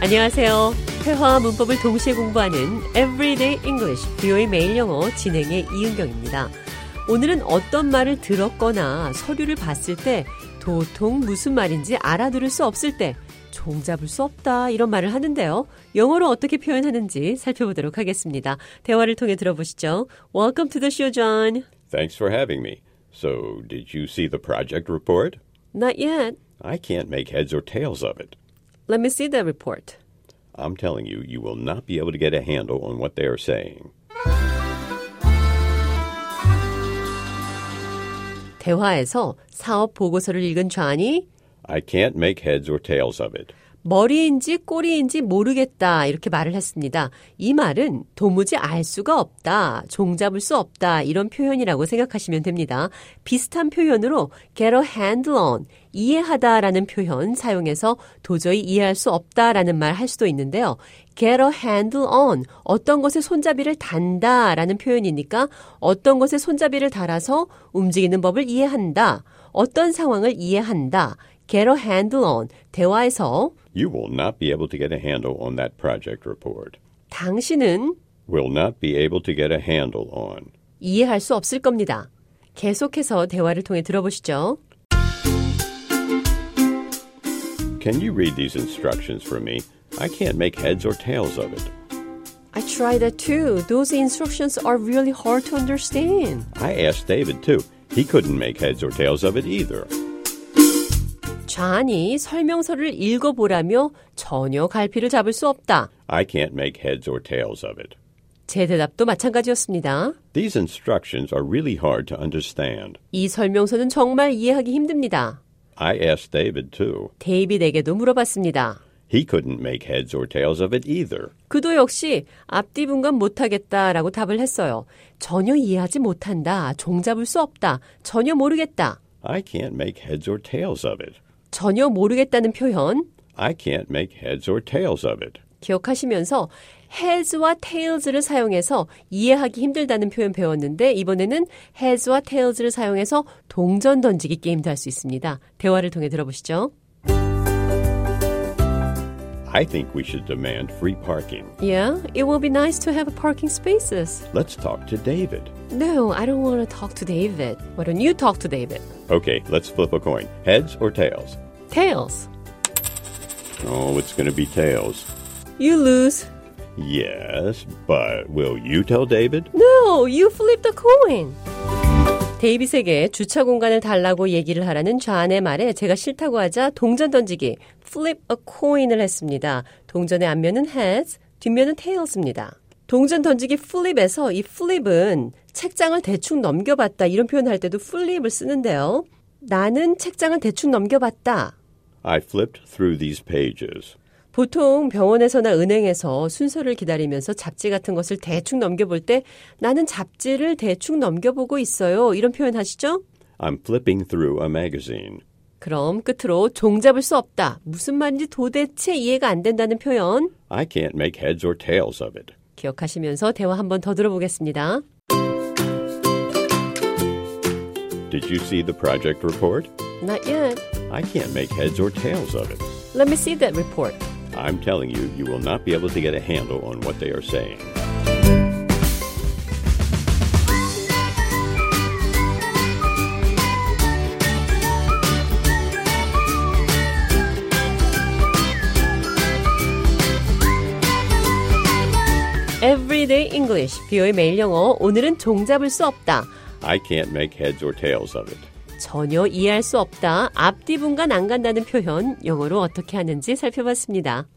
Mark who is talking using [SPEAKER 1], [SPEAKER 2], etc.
[SPEAKER 1] 안녕하세요. 회화와 문법을 동시에 공부하는 Everyday English, 뷰의 매일 영어 진행의 이은경입니다. 오늘은 어떤 말을 들었거나 서류를 봤을 때 도통 무슨 말인지 알아들을 수 없을 때 종잡을 수 없다 이런 말을 하는데요. 영어로 어떻게 표현하는지 살펴보도록 하겠습니다. 대화를 통해 들어보시죠. Welcome to the show, John.
[SPEAKER 2] Thanks for having me. So, did you see the project report?
[SPEAKER 1] Not yet.
[SPEAKER 2] I can't make heads or tails of it.
[SPEAKER 1] Let me see the report.
[SPEAKER 2] I'm telling you, you will not be able to get a handle on what they are saying.
[SPEAKER 1] 대화에서 사업 보고서를 읽은 좌안이
[SPEAKER 2] I can't make heads or tails of it.
[SPEAKER 1] 머리인지 꼬리인지 모르겠다 이렇게 말을 했습니다. 이 말은 도무지 알 수가 없다, 종잡을 수 없다 이런 표현이라고 생각하시면 됩니다. 비슷한 표현으로 get a handle on, 이해하다라는 표현 사용해서 도저히 이해할 수 없다라는 말 할 수도 있는데요. get a handle on, 어떤 것에 손잡이를 단다라는 표현이니까 어떤 것에 손잡이를 달아서 움직이는 법을 이해한다, 어떤 상황을 이해한다. get a handle on, 대화에서
[SPEAKER 2] You will not be able to get a handle on that project report.
[SPEAKER 1] 당신은
[SPEAKER 2] Will not be able to get a handle on.
[SPEAKER 1] 이해할 수 없을 겁니다. 계속해서 대화를 통해 들어보시죠.
[SPEAKER 2] Can you read these instructions for me? I can't make heads or tails of it.
[SPEAKER 1] I tried that too. Those instructions are really hard to understand.
[SPEAKER 2] I asked David, too. He couldn't make heads or tails of it either.
[SPEAKER 1] 좌안이 설명서를 읽어보라며 전혀 갈피를 잡을 수 없다.
[SPEAKER 2] I can't make heads or tails of it.
[SPEAKER 1] 제 대답도 마찬가지였습니다.
[SPEAKER 2] These instructions are really hard to understand.
[SPEAKER 1] 이 설명서는 정말 이해하기 힘듭니다.
[SPEAKER 2] I asked David, too.
[SPEAKER 1] 데이빗에게도 물어봤습니다.
[SPEAKER 2] He couldn't make heads or tails of it either.
[SPEAKER 1] 그도 역시 앞뒤 분간 못하겠다라고 답을 했어요. 전혀 이해하지 못한다. 종잡을 수 없다. 전혀 모르겠다.
[SPEAKER 2] I can't make heads or tails of it.
[SPEAKER 1] 전혀 모르겠다는 표현
[SPEAKER 2] I can't make heads or tails of it.
[SPEAKER 1] 기억하시면서 has와 tails를 사용해서 이해하기 힘들다는 표현 배웠는데 이번에는 has와 tails를 사용해서 동전 던지기 게임도 할 수 있습니다. 대화를 통해 들어보시죠.
[SPEAKER 2] I think we should demand free parking.
[SPEAKER 1] Yeah, it will be nice to have parking spaces.
[SPEAKER 2] Let's talk to David.
[SPEAKER 1] No, I don't want to talk to David. Why don't you talk to David?
[SPEAKER 2] Okay, let's flip a coin. Heads or tails?
[SPEAKER 1] Tails.
[SPEAKER 2] Oh, it's going to be tails.
[SPEAKER 1] You lose.
[SPEAKER 2] Yes, but will you tell David?
[SPEAKER 1] No, you flip the coin. 데이빗에게 주차 공간을 달라고 얘기를 하라는 좌안의 말에 제가 싫다고 하자 동전 던지기 flip a coin을 했습니다. 동전의 앞면은 heads, 뒷면은 tails입니다. 동전 던지기 flip에서 이 flip은 책장을 대충 넘겨봤다 이런 표현할 때도 flip을 쓰는데요. 나는 책장을 대충 넘겨봤다.
[SPEAKER 2] I flipped through these pages.
[SPEAKER 1] 보통 병원에서나 은행에서 순서를 기다리면서 잡지 같은 것을 대충 넘겨볼 때 나는 잡지를 대충 넘겨보고 있어요. 이런 표현 하시죠?
[SPEAKER 2] I'm flipping through a magazine.
[SPEAKER 1] 그럼 끝으로 종잡을 수 없다. 무슨 말인지 도대체 이해가 안 된다는 표현
[SPEAKER 2] I can't make heads or tails of it.
[SPEAKER 1] 기억하시면서 대화 한 번 더 들어보겠습니다.
[SPEAKER 2] Did you see the project report?
[SPEAKER 1] Not yet.
[SPEAKER 2] I can't make heads or tails of it.
[SPEAKER 1] Let me see that report.
[SPEAKER 2] I'm telling you, you will not be able to get a handle on what they are saying.
[SPEAKER 1] Everyday English, 비오의 매일 영어. 오늘은 종잡을 수 없다.
[SPEAKER 2] I can't make heads or tails of it.
[SPEAKER 1] 전혀 이해할 수 없다. 앞뒤 분간 안 간다는 표현 영어로 어떻게 하는지 살펴봤습니다.